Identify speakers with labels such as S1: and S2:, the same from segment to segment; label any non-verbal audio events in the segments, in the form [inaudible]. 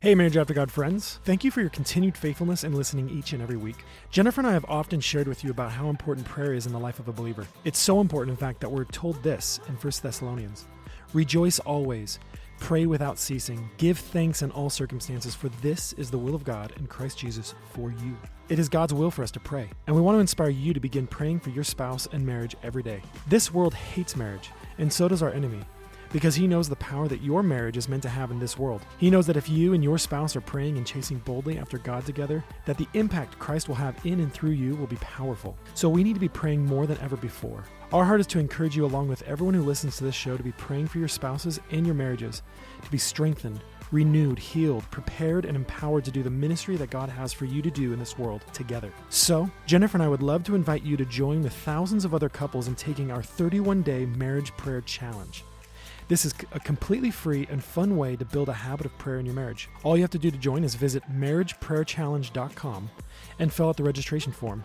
S1: Hey, Marriage After God friends. Thank you for your continued faithfulness and listening each and every week. Jennifer and I have often shared with you about how important prayer is in the life of a believer. It's so important, in fact, that we're told this in 1 Thessalonians Rejoice always, pray without ceasing, give thanks in all circumstances, for this is the will of God in Christ Jesus for you. It is God's will for us to pray, and we want to inspire you to begin praying for your spouse and marriage every day. This world hates marriage, and so does our enemy because he knows the power that your marriage is meant to have in this world. He knows that if you and your spouse are praying and chasing boldly after God together, that the impact Christ will have in and through you will be powerful. So we need to be praying more than ever before. Our heart is to encourage you along with everyone who listens to this show to be praying for your spouses and your marriages to be strengthened, renewed, healed, prepared and empowered to do the ministry that God has for you to do in this world together. So, Jennifer and I would love to invite you to join with thousands of other couples in taking our 31-day marriage prayer challenge. This is a completely free and fun way to build a habit of prayer in your marriage. All you have to do to join is visit marriageprayerchallenge.com and fill out the registration form.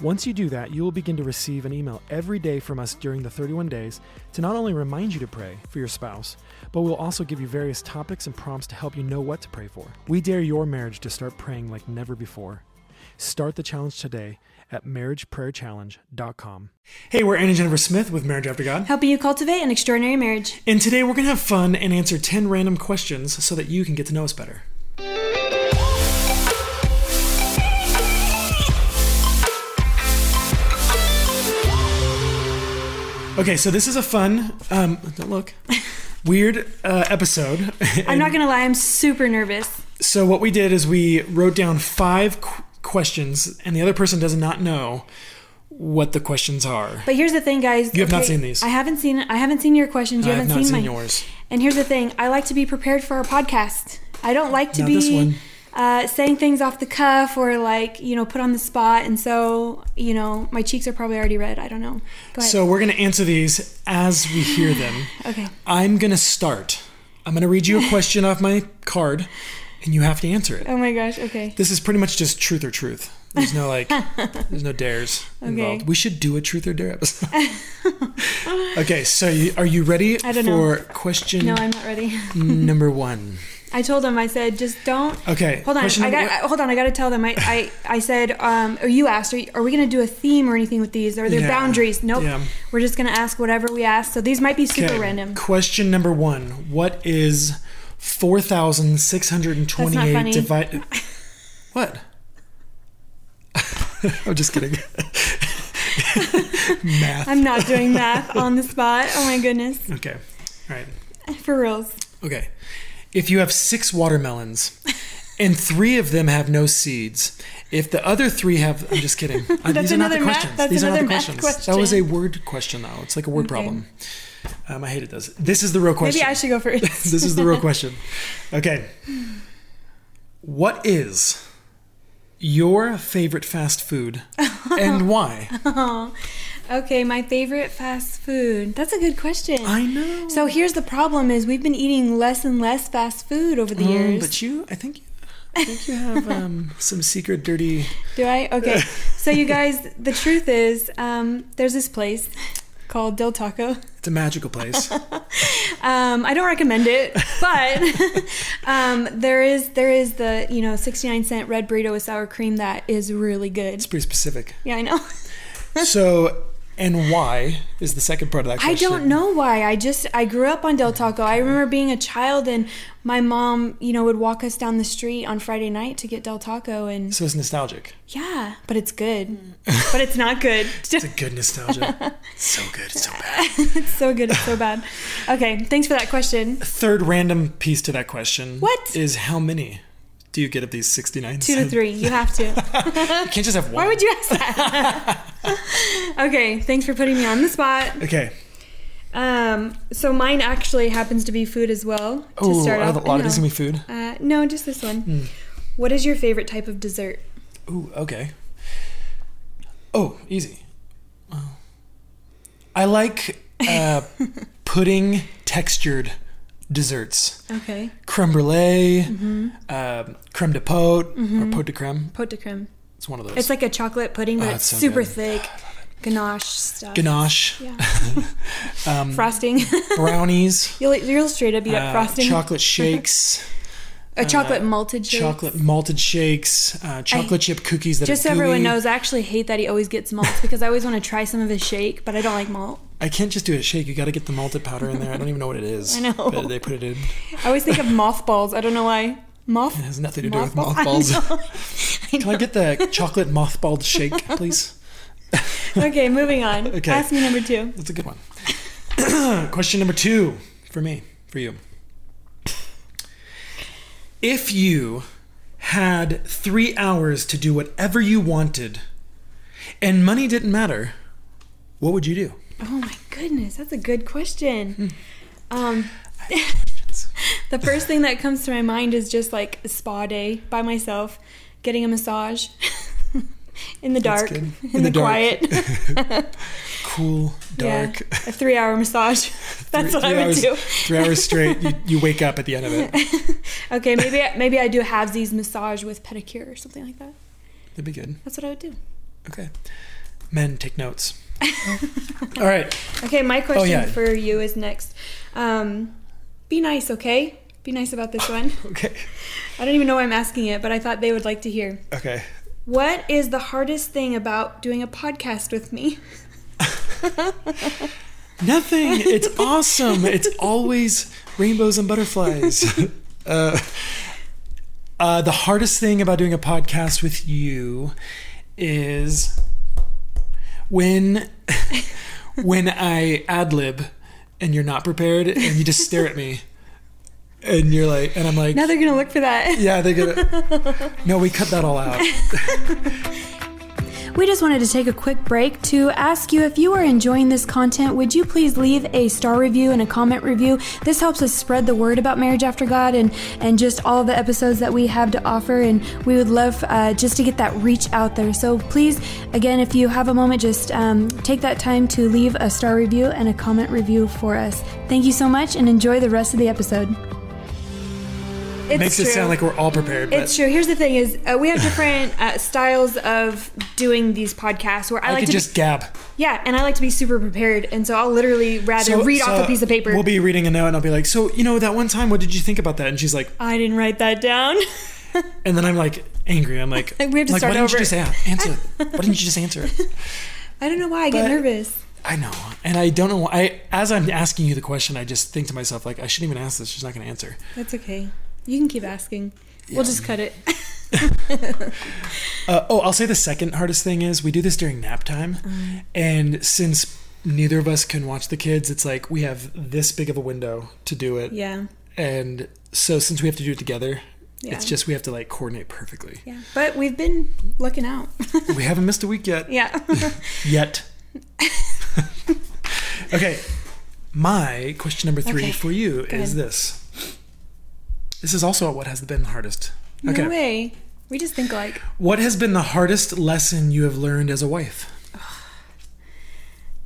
S1: Once you do that, you will begin to receive an email every day from us during the 31 days to not only remind you to pray for your spouse, but we'll also give you various topics and prompts to help you know what to pray for. We dare your marriage to start praying like never before. Start the challenge today at marriageprayerchallenge.com. Hey, we're Anna and Jennifer Smith with Marriage After God.
S2: helping you cultivate an extraordinary marriage.
S1: And today we're going to have fun and answer 10 random questions so that you can get to know us better. Okay, so this is a fun, um, don't look, weird uh, episode.
S2: I'm not gonna lie, I'm super nervous.
S1: so, what we did is we wrote down five qu- questions, and the other person does not know what the questions are.
S2: But here's the thing, guys.
S1: You have not seen these.
S2: I haven't seen. I haven't seen your questions. You
S1: I have
S2: haven't
S1: not
S2: seen,
S1: seen
S2: mine.
S1: yours.
S2: And here's the thing. I like to be prepared for our podcast. I don't like to
S1: Not
S2: be
S1: this one.
S2: Uh, saying things off the cuff or like you know put on the spot. And so you know my cheeks are probably already red. I don't know. Go ahead.
S1: So, we're going to answer these as we hear them.
S2: okay.
S1: I'm going to start. I'm going to read you a question off my card, and you have to answer it.
S2: Oh my gosh. Okay.
S1: This is pretty much just truth or truth. There's no like, there's no dares involved.
S2: [laughs] Okay.
S1: We should do a truth or dare
S2: [laughs]
S1: episode. okay, so you, are you ready
S2: don't know.
S1: for question
S2: No, I'm not ready. [laughs]
S1: number one?
S2: I told them. I said just don't
S1: Okay,
S2: Hold on,
S1: question
S2: I
S1: number
S2: got. I, hold on, I got to tell them. I, I, I said, um, or you asked, are, you- are we going to do a theme or anything with these? Are there
S1: Yeah.
S2: boundaries? Nope.
S1: Yeah.
S2: We're just going to ask whatever we ask. So these might be super
S1: okay,
S2: random.
S1: Question number one: What is four thousand six hundred and twenty-eight
S2: funny. [laughs]
S1: divided? What? [laughs] I'm just kidding. [laughs] Math.
S2: I'm not doing math on the spot. Oh my goodness,
S1: Okay. All right.
S2: for reals.
S1: Okay. If you have six watermelons and three of them have no seeds, if the other three have, I'm just
S2: [laughs]
S1: kidding. Uh,
S2: That's
S1: These are not the
S2: another math-
S1: questions.
S2: that's
S1: These are not the
S2: another math
S1: questions. That was a
S2: question.
S1: word question, though. It's like a word problem. Um, I hated those. This is the real question.
S2: Maybe I should go
S1: [laughs]
S2: first.
S1: this is the real question. Okay. What is your favorite fast food [laughs] and why?
S2: okay, my favorite fast food. That's a good question.
S1: I know.
S2: so here's the problem: is we've been eating less and less fast food over the
S1: Mm,
S2: years.
S1: but you, I think, I think you have um, [laughs] some secret dirty.
S2: Do I? Okay.
S1: [laughs]
S2: so you guys, the truth is, um, there's this place called Del Taco.
S1: It's a magical place.
S2: Um, I don't recommend it, but [laughs] um, there is there is the you know sixty nine cent red burrito with sour cream that is really good.
S1: It's pretty specific.
S2: Yeah, I know. [laughs]
S1: So, and why is the second part of that
S2: I
S1: question?
S2: don't know why. I just I grew up on Del Taco. I remember being a child and my mom you know would walk us down the street on Friday night to get Del Taco and
S1: So it's nostalgic.
S2: yeah, but it's good, but it's not good. [laughs]
S1: It's a good nostalgia. It's so good. It's so bad.
S2: it's so good, it's so bad. Okay, thanks for that question.
S1: Third random piece to that question.
S2: What?
S1: Is how many do you get of these 69
S2: Two to three, you have to.
S1: You can't just have one.
S2: Why would you ask that? [laughs] okay, thanks for putting me on the spot.
S1: Okay.
S2: Um, so mine actually happens to be food as well. To
S1: Oh,
S2: start
S1: a
S2: off,
S1: lot of Hmm. this is
S2: No.
S1: going to be food.
S2: Uh, no, just this one. What is your favorite type of dessert?
S1: Ooh, okay. Oh, easy. Wow. I like
S3: [laughs]
S1: uh, pudding textured desserts.
S2: Okay,
S1: Creme brulee,
S3: Mm-hmm.
S1: um, creme de pote, or pote de creme.
S2: pote de creme.
S1: It's one of those.
S2: It's like a chocolate pudding, but
S1: Oh,
S2: it's
S1: it's so
S2: super
S1: good.
S2: thick, ganache stuff.
S1: ganache,
S2: Yeah.
S1: [laughs]
S2: frosting.
S1: brownies,
S3: [laughs]
S2: you'll you'll straight up eat up
S1: uh,
S2: frosting.
S3: [laughs]
S1: chocolate shakes,
S3: A chocolate malted shake.
S1: uh, chocolate malted shakes, uh, chocolate chip cookies that
S3: Just
S1: are
S3: so everyone
S1: gooey.
S3: knows, I actually hate that he always gets malts because I always want to try some of his shake, but I don't like malt.
S1: I can't just do a shake. You got to get the malted powder in there. I don't even know what it is.
S3: [laughs] I know.
S1: But they put it in.
S3: I always think of mothballs. I don't know why. Moth.
S1: [laughs] It has nothing to do with
S3: Mothball- [laughs] I
S1: mothballs.
S3: know. I
S1: Can I
S3: know.
S1: get the chocolate mothballed shake,
S3: [laughs]
S1: please?
S3: okay, moving on.
S1: [laughs] Okay.
S3: Ask me number two.
S1: That's a good one. [clears throat] Question number two for me, for you. If you had three hours to do whatever you wanted and money didn't matter, what would you do?
S3: Oh my goodness, that's a good question.
S1: Hmm.
S3: Um, [laughs] the first thing that comes to my mind is just like a spa day by myself, getting a massage [laughs] in the
S1: That's
S3: dark,
S1: good.
S3: in,
S1: In the
S3: the,
S1: dark.
S3: quiet.
S1: [laughs] Cool, dark.
S3: Yeah, a three-hour massage. [laughs] That's
S1: Three-
S3: what I
S1: three
S3: would
S1: hours-
S3: do.
S1: Three hours straight, you, you wake up at the end of it.
S3: [laughs] Okay, maybe I, maybe I do halvesies massage with pedicure or something like that.
S1: That'd be good.
S3: That's what I would do.
S1: Okay. Men, take notes. [laughs] All right.
S3: Okay, my question
S1: Oh, yeah.
S3: for you is next. Um, be nice, okay? Be nice about this one.
S1: Okay.
S3: I don't even know why I'm asking it, but I thought they would like to hear.
S1: Okay.
S3: What is the hardest thing about doing a podcast with me? [laughs]
S1: Nothing. It's awesome. It's always rainbows and
S3: [laughs]
S1: butterflies. uh, uh, the hardest thing about doing a podcast with you is when [laughs] when I ad lib and you're not prepared and you just stare at me and you're like and I'm like
S3: Now they're gonna look for that. [laughs]
S1: yeah they're gonna no we cut that all out
S3: We just wanted to take a quick break to ask you if you are enjoying this content, would you please leave a star review and a comment review? This helps us spread the word about Marriage After God and, and just all the episodes that we have to offer. And we would love uh, just to get that reach out there. So please, again, if you have a moment, just um, take that time to leave a star review and a comment review for us. Thank you so much and enjoy the rest of the episode. It
S1: makes it sound like we're all prepared but
S3: It's true. Here's the thing: is uh, we have different uh, styles of doing these podcasts. Where I,
S1: I
S3: like
S1: could
S3: to be-
S1: just gab
S3: yeah, and I like to be super prepared, and so I'll literally rather read off a piece of paper.
S1: We'll be reading a note, and I'll be like, "So, you know, that one time, what did you think about that?" And she's like,
S3: I didn't write
S1: [laughs]
S3: that down.
S1: and then I'm like angry. I'm like,
S3: [laughs] Like, we have to
S1: like,
S3: start
S1: why didn't you
S3: over."
S1: just a-
S3: [laughs]
S1: answer? why didn't you just answer? it?
S3: I don't know why I get
S1: But-
S3: nervous.
S1: I know, and I don't know. why. I as I'm asking you the question, I just think to myself like, I shouldn't even ask this. She's not going to answer.
S3: That's okay. You can keep asking.
S1: Yeah.
S3: We'll just
S1: [laughs]
S3: cut it.
S1: Uh, oh, I'll say the second hardest thing is we do this during nap time,
S3: Um,
S1: and since neither of us can watch the kids, it's like we have this big of a window to do it,
S3: yeah,
S1: and so since we have to do it together.
S3: Yeah.
S1: It's just we have to like coordinate perfectly.
S3: yeah. But we've been looking out. [laughs]
S1: We haven't missed a week yet.
S3: yeah. [laughs]
S1: Yet. okay. My question number three
S3: Okay,
S1: for you
S3: go
S1: is
S3: ahead.
S1: this. This is also what has been the hardest.
S3: No way. We just think like
S1: What has been the hardest lesson you have learned as a wife?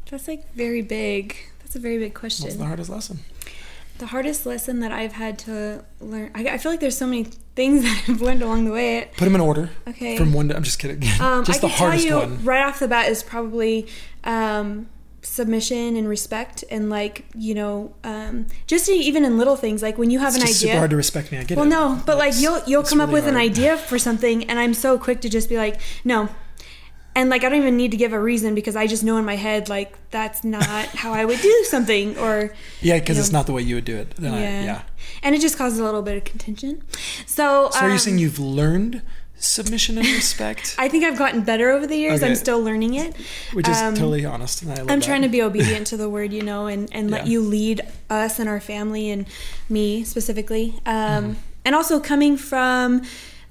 S3: that's like very big. That's a very big question.
S1: What's the hardest lesson?
S3: The hardest lesson that I've had to learn, I, I feel like there's so many things [laughs] that I've learned along the way.
S1: Put them in order.
S3: Okay.
S1: From one to I'm just kidding. [laughs]
S3: Um,
S1: just the
S3: I could tell
S1: hardest
S3: you
S1: one.
S3: right off the bat is probably um, submission and respect, and like you know, um, just even in little things, like when you have
S1: It's
S3: an
S1: just
S3: idea.
S1: super hard to respect me. I get
S3: well,
S1: it.
S3: no, but like
S1: It's-
S3: you'll you'll
S1: it's
S3: come up
S1: really
S3: with an
S1: hard.
S3: idea for something, and I'm so quick to just be like, no. And like I don't even need to give a reason because I just know in my head like that's not how I
S1: [laughs]
S3: would do something or
S1: Yeah, because
S3: you
S1: it's
S3: know.
S1: not the way you would do it. Then I-
S3: yeah.
S1: yeah.
S3: And it just causes a little bit of contention. So,
S1: So are you
S3: um,
S1: saying you've learned submission and respect,
S3: I think I've gotten better over the years.
S1: Okay.
S3: I'm still learning it.
S1: which is
S3: um,
S1: totally honest, and I love
S3: I'm
S1: that.
S3: trying to be obedient to the word, you know, and, and let
S1: Yeah.
S3: you lead us and our family and me specifically. Um,
S1: Mm-hmm.
S3: And also coming from,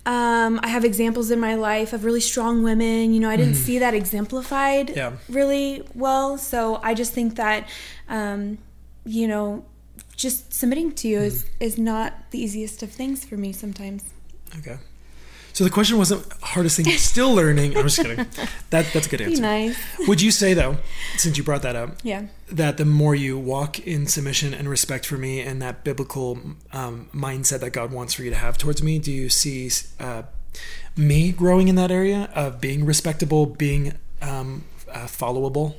S3: um, I have examples in my life of really strong women. You know, I didn't see that exemplified
S1: Mm-hmm. Yeah.
S3: really well. So I just think that, um, you know, just submitting to
S1: Mm-hmm.
S3: you is, is not the easiest of things for me sometimes.
S1: Okay. So the question wasn't hardest
S3: [laughs]
S1: thing you're still learning. I'm just kidding. That that's a good
S3: Be
S1: answer.
S3: nice.
S1: Would you say though, since you brought that up,
S3: Yeah.
S1: that the more you walk in submission and respect for me and that biblical um, mindset that God wants for you to have towards me, do you see uh, me growing in that area of being respectable, being um, uh, followable?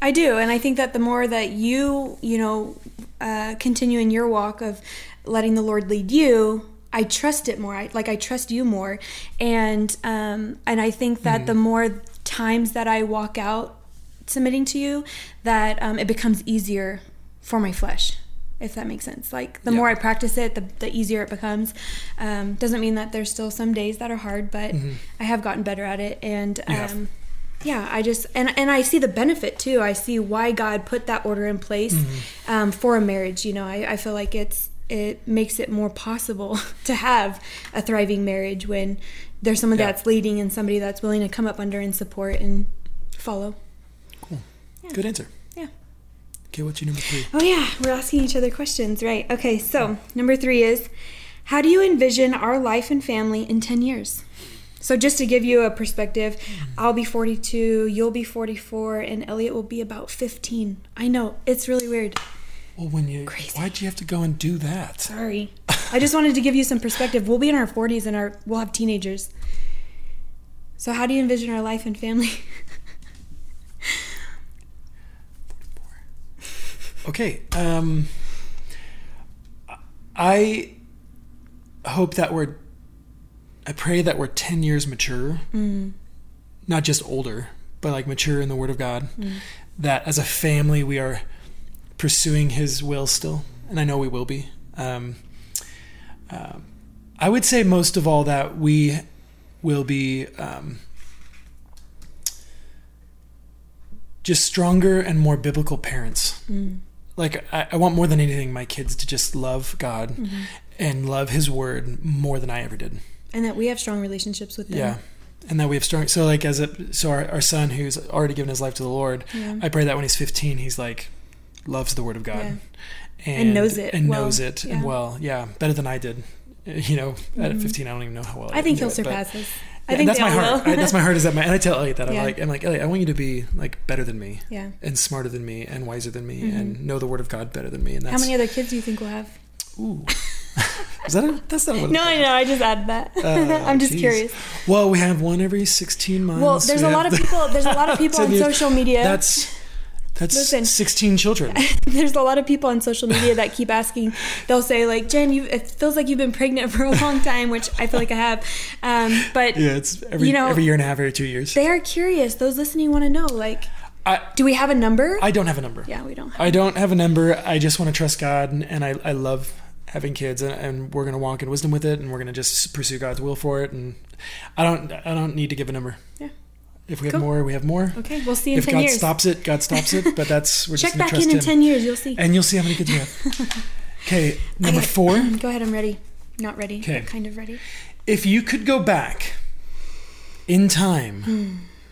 S3: I do, and I think that the more that you, you know, uh, continue in your walk of letting the Lord lead you, I I trust it more. I, like I trust you more, and um, and I think that the more times that I walk out submitting to you, that um, it becomes easier for my flesh. If that makes sense, like the more I practice it, the, the easier it becomes. Um, doesn't mean that there's still some days that are hard, but I have gotten better at it, and
S4: have.
S3: um, yeah i just and and i see the benefit too i see why god put that order in place um, for a marriage you know I, I feel like it's it makes it more possible [laughs] to have a thriving marriage when there's someone
S1: Yeah.
S3: that's leading and somebody that's willing to come up under and support and follow
S1: Good answer.
S3: yeah
S1: Okay, what's your number three?
S3: oh yeah we're asking each other questions right okay so number three is how do you envision our life and family in 10 years so just to give you a perspective,
S1: Mm-hmm.
S3: I'll be 42, you'll be 44, and Elliot will be about 15. I know it's really weird.
S1: Well, when you
S3: Crazy.
S1: why'd you have to go and do that?
S3: Sorry. I just wanted to give you some perspective. We'll be in our 40s and our we'll have teenagers. So how do you envision our life and family? [laughs]
S1: Okay. Um, I hope that we're. I pray that we're ten years mature, not just older, but like mature in the Word of God. That as a family we are pursuing His will still, and I know we will be. Um, um, I would say most of all that we will be um, just stronger and more biblical parents like I, I want more than anything my kids to just love God
S3: Mm-hmm.
S1: and love His Word more than I ever did.
S3: and that we have strong relationships with them.
S1: Yeah, and that we have strong. So like as a so our, our son who's already given his life to the Lord,
S3: Yeah.
S1: I pray that when he's 15, he's like loves the Word of God
S3: Yeah.
S1: and,
S3: knows it
S1: and
S3: well.
S1: knows it
S3: Yeah. Mm-hmm.
S1: and well. Yeah, better than I did. [laughs] You know, at 15, I don't even know how well.
S3: I think
S1: did
S3: he'll
S1: it, but-
S3: surpass us. I
S1: yeah,
S3: think
S1: that's
S3: they
S1: my
S3: all
S1: heart.
S3: will.
S1: I- that's my heart is that my and I tell Elliot that
S3: Yeah.
S1: I'm like I'm like Elliot, I want you to be like better than me
S3: [laughs] yeah.
S1: and smarter than me and wiser than me and know the Word of God better than me. And that's
S3: Mm-hmm. How many other kids do you think we'll have?
S1: Ooh. Is that a, that's not what it
S3: No, I
S1: is.
S3: know. I just added that.
S1: Uh,
S3: [laughs] I'm just
S1: geez.
S3: curious.
S1: Well, we have one every 16 months.
S3: Well, there's
S1: We
S3: a
S1: have
S3: lot of
S1: the- [laughs]
S3: people. There's a lot of people on
S1: 10 years.
S3: social media.
S1: That's that's
S3: Listen.
S1: 16 children.
S3: [laughs] there's a lot of people on social media that keep asking. They'll say like, "Jen, you it feels like you've been pregnant for a long time," which I feel like I have. Um, but
S1: Yeah, it's every
S3: You know-
S1: every year and a half, every two years.
S3: they are curious. Those listening want to know. Like,
S1: I
S3: do we have a number?
S1: I don't have a number.
S3: yeah, we don't. Have,
S1: I don't have a number. I just want to trust God, and, and I, I love having kids, and, and we're gonna walk in wisdom with it, and we're gonna just pursue God's will for it. And I don't I don't need to give a number.
S3: Yeah.
S1: If we
S3: Cool.
S1: have more, we have more.
S3: okay, we'll see in
S1: If
S3: ten
S1: God
S3: years.
S1: stops it, God stops it. But that's we're
S3: Check
S1: just gonna
S3: back
S1: trust
S3: in in
S1: Him.
S3: ten years. You'll see. um,
S1: And you'll see how many kids you have.
S3: [laughs]
S1: Okay, number four.
S3: Go ahead. I'm ready. Not ready.
S1: Okay.
S3: Kind of ready.
S1: If you could go back in time.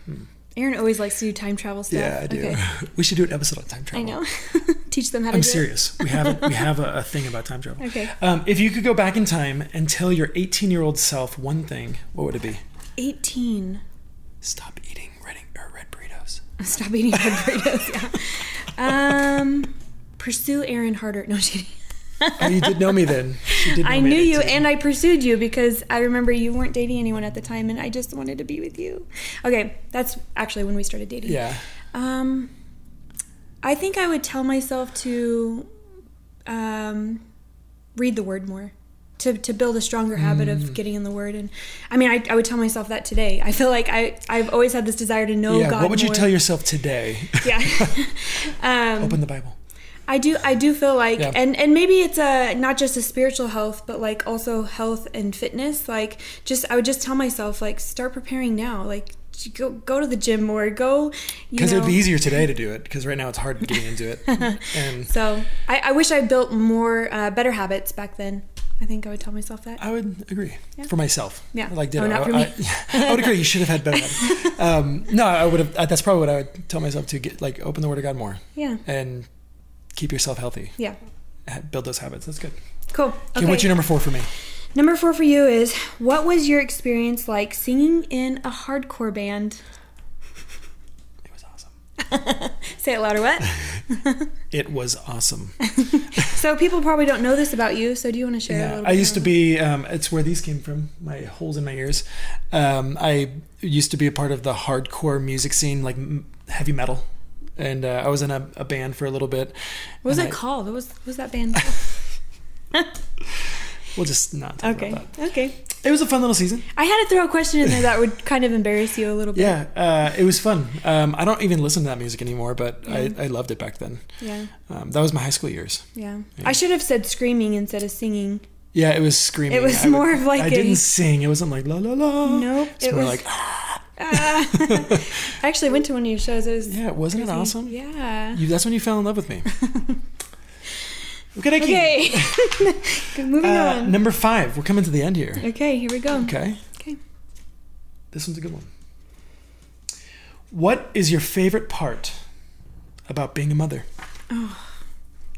S3: Mm, Aaron always likes to do time travel stuff. Okay.
S1: [laughs] We should do an episode on time
S3: I
S1: travel. [laughs]
S3: know. [laughs] Teach them how to
S1: I'm
S3: do
S1: serious. We have
S3: [laughs]
S1: a, we have a, a thing about time travel.
S3: it. Okay.
S1: Um, if you could go back in time and tell your 18 year old self one thing, what would it be?
S3: 18.
S1: Stop eating red, or red
S3: [laughs]
S1: burritos.
S3: Stop eating red burritos. Yeah. Um, pursue Aaron harder. No, she
S1: Oh, you did know me then. You did know
S3: I
S1: me at
S3: knew you
S1: 18.
S3: and I pursued you because I remember you weren't dating anyone at the time and I just wanted to be with you. Okay, that's actually when we started dating.
S1: Yeah.
S3: Um, I think I would tell myself to um, read the word more. To, to build a stronger habit
S1: Mm.
S3: of getting in the word and i mean I, I would tell myself that today i feel like I, i've always had this desire to know
S1: yeah.
S3: Oh, god
S1: what would you
S3: more.
S1: tell yourself today? [laughs]
S3: yeah [laughs] um,
S1: Open the Bible.
S3: I do I do feel like
S1: Yeah.
S3: and and maybe it's a not just a spiritual health but like also health and fitness like just I would just tell myself like start preparing now like go go to the gym more go you
S1: Because it
S3: know
S1: would be easier today to do it, because right now it's hard getting into
S3: [laughs]
S1: it. and
S3: so I, I wish I built more uh, better habits back then I think I would tell myself that
S1: I would agree
S3: Yeah.
S1: for myself.
S3: Yeah.
S1: like
S3: Oh,
S1: ditto.
S3: not for
S1: I,
S3: me.
S1: [laughs] I, I would agree. You should have had better.
S3: [laughs]
S1: habits. um, no, I would have. That's probably what I would tell myself to get like open the Word of God more
S3: yeah
S1: and keep yourself healthy.
S3: yeah
S1: Ha- Build those habits. That's good.
S3: cool
S1: Okay, what's your number four for me?
S3: number four for you is what was your experience like singing in a hardcore band
S1: It was awesome.
S3: say it
S1: [laughs]
S3: louder what
S1: It was
S3: [laughs]
S1: awesome.
S3: so people probably don't know this about you so do you want to share a
S1: Yeah,
S3: little bit
S1: I used to
S3: more?
S1: be. Um, it's where these came from. My holes in my ears. Um, I used to be a part of the hardcore music scene, like m- heavy metal, and uh, I was in a, a band for a little bit.
S3: What was
S1: And
S3: it
S1: I- [laughs]
S3: called? What was what was that band?
S1: We'll just not talk
S3: Okay.
S1: about that.
S3: Okay.
S1: It was a fun little season.
S3: I had to throw a question in there that would kind of embarrass you a little bit.
S1: Yeah, uh, it was fun. Um, I don't even listen to that music anymore, but I, I loved it back then.
S3: Yeah.
S1: Um, that was my high school years.
S3: Yeah. I should have said screaming instead of singing.
S1: Yeah, it was screaming.
S3: It was
S1: I would-
S3: more of like
S1: I
S3: a-
S1: didn't sing. It wasn't like la la la.
S3: Nope.
S1: It's
S3: it
S1: more
S3: was. [laughs]
S1: like
S3: Ah. I actually went to one of your shows. It was
S1: yeah. Wasn't it
S3: crazy.
S1: awesome?
S3: Yeah.
S1: You, that's when you fell in love
S3: [laughs]
S1: with me. okay, okay.
S3: Okay.
S1: [laughs]
S3: Good, moving
S1: Uh,
S3: on.
S1: number five. We're coming to the end here.
S3: Okay, here we go.
S1: Okay.
S3: Okay.
S1: This one's a good one. What is your favorite part about being a mother?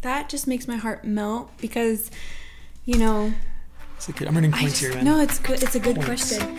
S3: That just makes my heart melt because, you know,
S1: It's like, I'm earning
S3: I
S1: points
S3: just-
S1: here, man.
S3: no, it's good. It's a good
S1: Points.
S3: question.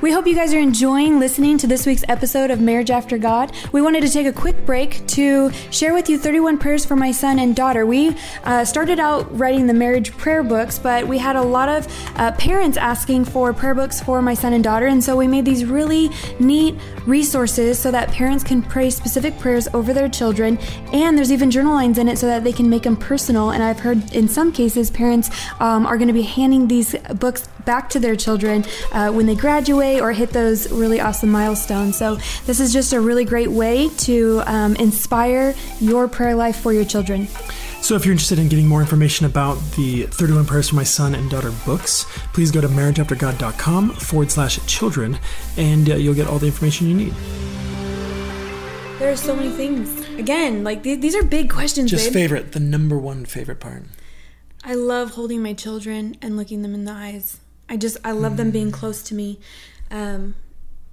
S3: We hope you guys are enjoying listening to this week's episode of Marriage After God. We wanted to take a quick break to share with you 31 prayers for my son and daughter. We uh, started out writing the marriage prayer books, but we had a lot of uh, parents asking for prayer books for my son and daughter, and so we made these really neat resources so that parents can pray specific prayers over their children. And there's even journal lines in it so that they can make them personal. And I've heard in some cases parents um, are going to be handing these books back to their children uh, when they graduate or hit those really awesome milestones. So, this is just a really great way to um, inspire your prayer life for your children.
S2: So, if you're interested in getting more information about the 31 Prayers for My Son and Daughter books, please go to marriageaftergod.com forward slash children, and uh, you'll get all the information you need.
S3: There are so many things. Again, like th- these are big questions,
S1: Just
S3: babe.
S1: favorite, the number one favorite part.
S3: I love holding my children and looking them in the eyes. I just I love them
S1: Mm.
S3: being close to me. Um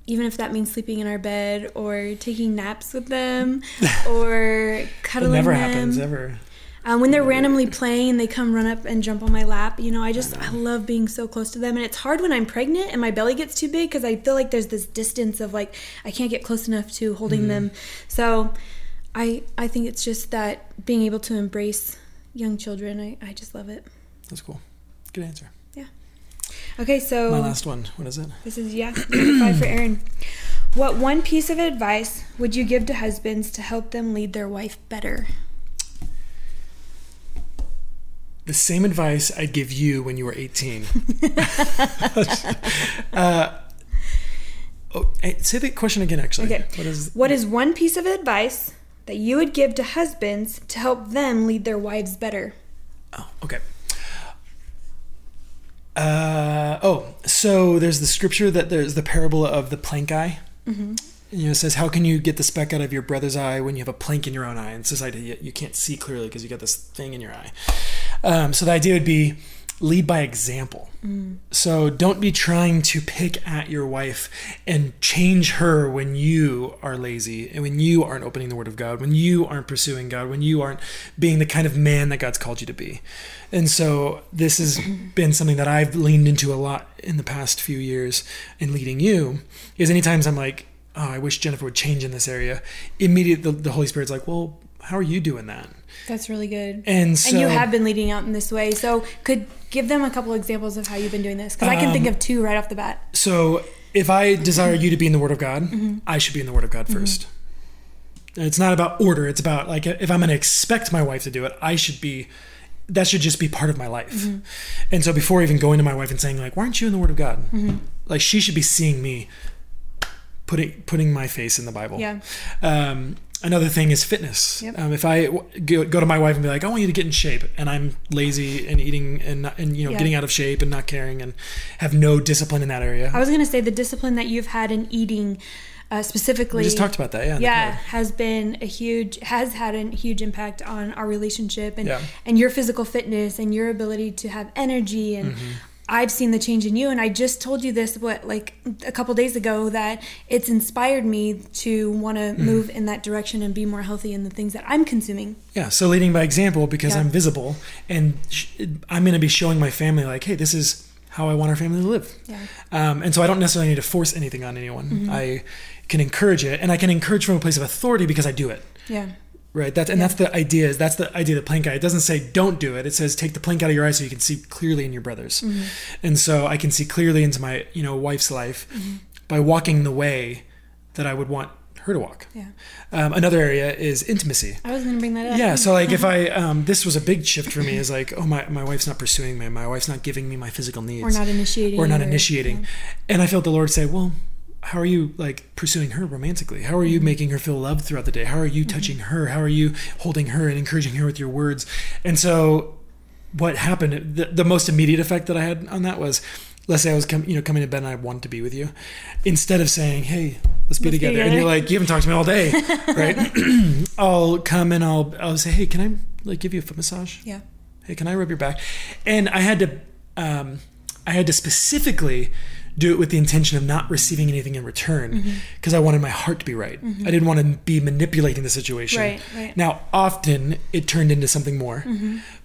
S3: even if that means sleeping in our bed or taking naps
S1: [laughs]
S3: with them or
S1: It
S3: cuddling
S1: never
S3: them.
S1: happens ever.
S3: Um, when they're randomly playing and they come run up and jump on my lap, you know, I just
S1: Mm.
S3: I love being so close to them. And it's hard when I'm pregnant and my belly gets too big because I feel like there's this distance of like I can't get close enough to
S1: Mm.
S3: holding them. So I I think it's just that being able to embrace young children, I, I just love it.
S1: That's cool. Good answer.
S3: Okay, so
S1: My last one. What is it?
S3: this is yeah, [clears throat] five for Aaron. What one piece of advice would you give to husbands to help them lead their wife better?
S1: The same advice I'd give you when you were
S3: [laughs]
S1: 18. [laughs] uh, oh, hey, say the question again, actually.
S3: Okay.
S1: What is
S3: What is one piece of advice that you would give to husbands to help them lead their wives better?
S1: Oh, okay. Uh, oh, so there's the scripture that there's the parable of the plank eye. You know, it says, "How can you get the speck out of your brother's eye when you have a plank in your own eye?" And society, you, you can't see clearly because you got this thing in your eye. Um, so the idea would be lead by example. So don't be trying to pick at your wife and change her when you are lazy and when you aren't opening the Word of God, when you aren't pursuing God, when you aren't being the kind of man that God's called you to be. And so this has been something that I've leaned into a lot in the past few years in leading you. Is any times I'm like, oh, I wish Jennifer would change in this area, immediately the, the Holy Spirit's like, well, how are you doing that?
S3: That's really good.
S1: And so
S3: and you have been leading out in this way. So, could give them a couple examples of how you've been doing this? Because I
S1: Um,
S3: can think of two right off the bat.
S1: So if I desire you to be in the Word of God,
S3: Mm-hmm.
S1: I should be in the Word of God 1st And It's not about order. It's about like if I'm going to expect my wife to do it, I should be. That should just be part of my life.
S3: Mm-hmm.
S1: And so before even going to my wife and saying like, "Why aren't you in the Word of God?"
S3: Mm-hmm.
S1: Like she should be seeing me putting putting my face in the Bible.
S3: Yeah.
S1: Um, another thing is fitness.
S3: Yep.
S1: Um, if I w- go, go to my wife and be like, "I want you to get in shape," and I'm lazy and eating and not, and you know
S3: Yeah.
S1: getting out of shape and not caring and have no discipline in that area,
S3: I was going to say the discipline that you've had in eating, uh, specifically.
S1: We just talked about that, yeah. in the
S3: yeah
S1: car.
S3: has been a huge has had a huge impact on our relationship and
S1: Yeah.
S3: and your physical fitness and your ability to have energy and
S1: Mm-hmm.
S3: I've seen the change in you and I just told you this what like a couple days ago that it's inspired me to want to
S1: Mm-hmm.
S3: move in that direction and be more healthy in the things that I'm consuming.
S1: Yeah, so leading by example because
S3: Yeah.
S1: I'm visible and sh- I'm going to be showing my family like, hey, this is how I want our family to live.
S3: Yeah. Mm-hmm.
S1: Um, and so I don't necessarily need to force anything on anyone. I can encourage it, and I can encourage from a place of authority because I do it.
S3: Yeah.
S1: Right. That's and that's the idea. Is that's the idea of the plank eye. It doesn't say don't do it. It says take the plank out of your eye so you can see clearly in your brother's.
S3: Mm-hmm.
S1: And so I
S3: Mm-hmm.
S1: can see clearly into my you know wife's life by walking the way that I would want her to walk.
S3: Yeah.
S1: Um, another area is intimacy.
S3: I was going to bring that up.
S1: Yeah, so like if
S3: [laughs]
S1: I um, this was a big shift for me is like oh my my wife's not pursuing me, my wife's not giving me my physical needs.
S3: We're not initiating.
S1: We're not
S3: or-
S1: initiating. And I felt the Lord say, well, how are you like pursuing her romantically? How are
S3: Mm-hmm.
S1: you making her feel loved throughout the day? How are you touching her? How are you holding her and encouraging her with your words? And so what happened the, the most immediate effect that I had on that was let's say I was com- you know coming to bed and I wanted to be with you instead of saying, "Hey, let's be
S3: Let's be
S1: together." And
S3: together.
S1: you're like, "You haven't talked to me all
S3: [laughs]
S1: day." right? [clears throat] I'll come and I'll I'll say, "Hey, can I like give you a foot massage?"
S3: Yeah.
S1: hey can i rub your back and i had to um, i had to specifically do it with the intention of not receiving anything in return
S3: Mm-hmm.
S1: because i wanted my heart to be right i didn't want to be manipulating the situation
S3: Right, right. Mm-hmm.
S1: now often it turned into something more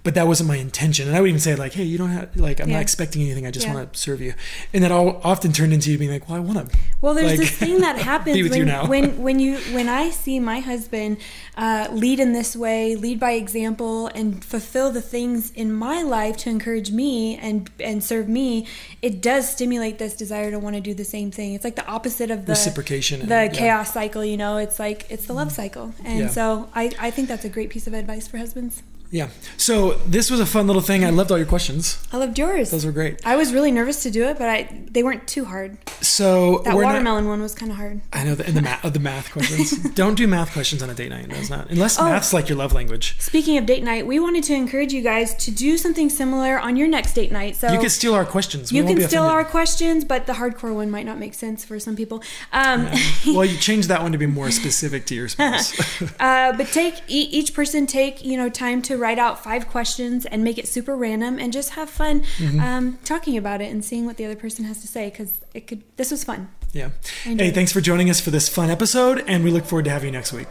S1: but that wasn't my intention and i would even say like hey you don't have like i'm
S3: Yeah.
S1: not expecting anything i just
S3: Yeah.
S1: want to serve you and that all often turned into you being like well i want to
S3: Well, there's
S1: like,
S3: this
S1: [laughs]
S3: thing that happens
S1: be with
S3: when,
S1: you now
S3: when when you when I see my husband uh, lead in this way, lead by example, and fulfill the things in my life to encourage me and and serve me. It does stimulate this desire to want to do the same thing. It's like the opposite of the
S1: Reciprocation and-
S3: the
S1: yeah. Mm.
S3: chaos cycle. You know, it's like it's the love cycle, and
S1: Yeah.
S3: so I I think that's a great piece of advice for husbands.
S1: yeah so this was a fun little thing i loved all your questions
S3: I loved yours.
S1: those were great
S3: I was really nervous to do it, but I they weren't too hard.
S1: so
S3: That
S1: we're not-
S3: watermelon one was kind of hard.
S1: I know the, and the math of the math
S3: [laughs]
S1: questions. Don't do math questions on a date night. That's not unless
S3: Oh.
S1: math's like your love language.
S3: Speaking of date night, we wanted to encourage you guys to do something similar on your next date night. So
S1: You can steal our questions. We
S3: Oh. you
S1: won't
S3: can
S1: be
S3: steal our
S1: offended.
S3: questions, but the hardcore one might not make sense for some people. Um, [laughs]
S1: well, you change that one to be more specific to your spouse. [laughs]
S3: uh, but take e- each person take you know time to write out five questions and make it super random and just have fun
S1: Mm-hmm.
S3: um, talking about it and seeing what the other person has to say because it could. This was fun.
S1: yeah.
S3: enjoyed
S1: Hey,
S3: it.
S1: thanks for joining us for this fun episode, and we look forward to having you next week.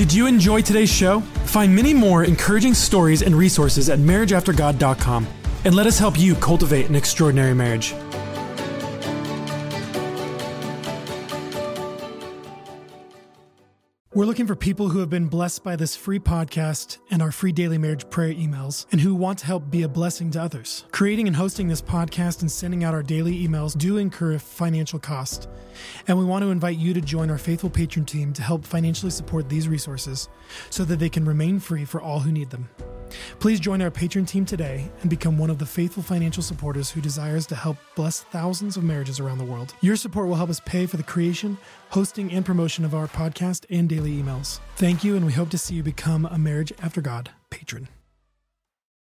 S5: Did you enjoy today's show? Find many more encouraging stories and resources at marriageaftergod.com and let us help you cultivate an extraordinary marriage. We're looking for people who have been blessed by this free podcast and our free daily marriage prayer emails and who want to help be a blessing to others. Creating and hosting this podcast and sending out our daily emails do incur a financial cost. And we want to invite you to join our faithful patron team to help financially support these resources so that they can remain free for all who need them. Please join our patron team today and become one of the faithful financial supporters who desires to help bless thousands of marriages around the world. Your support will help us pay for the creation, hosting, and promotion of our podcast and daily emails. Thank you, and we hope to see you become a Marriage After God patron.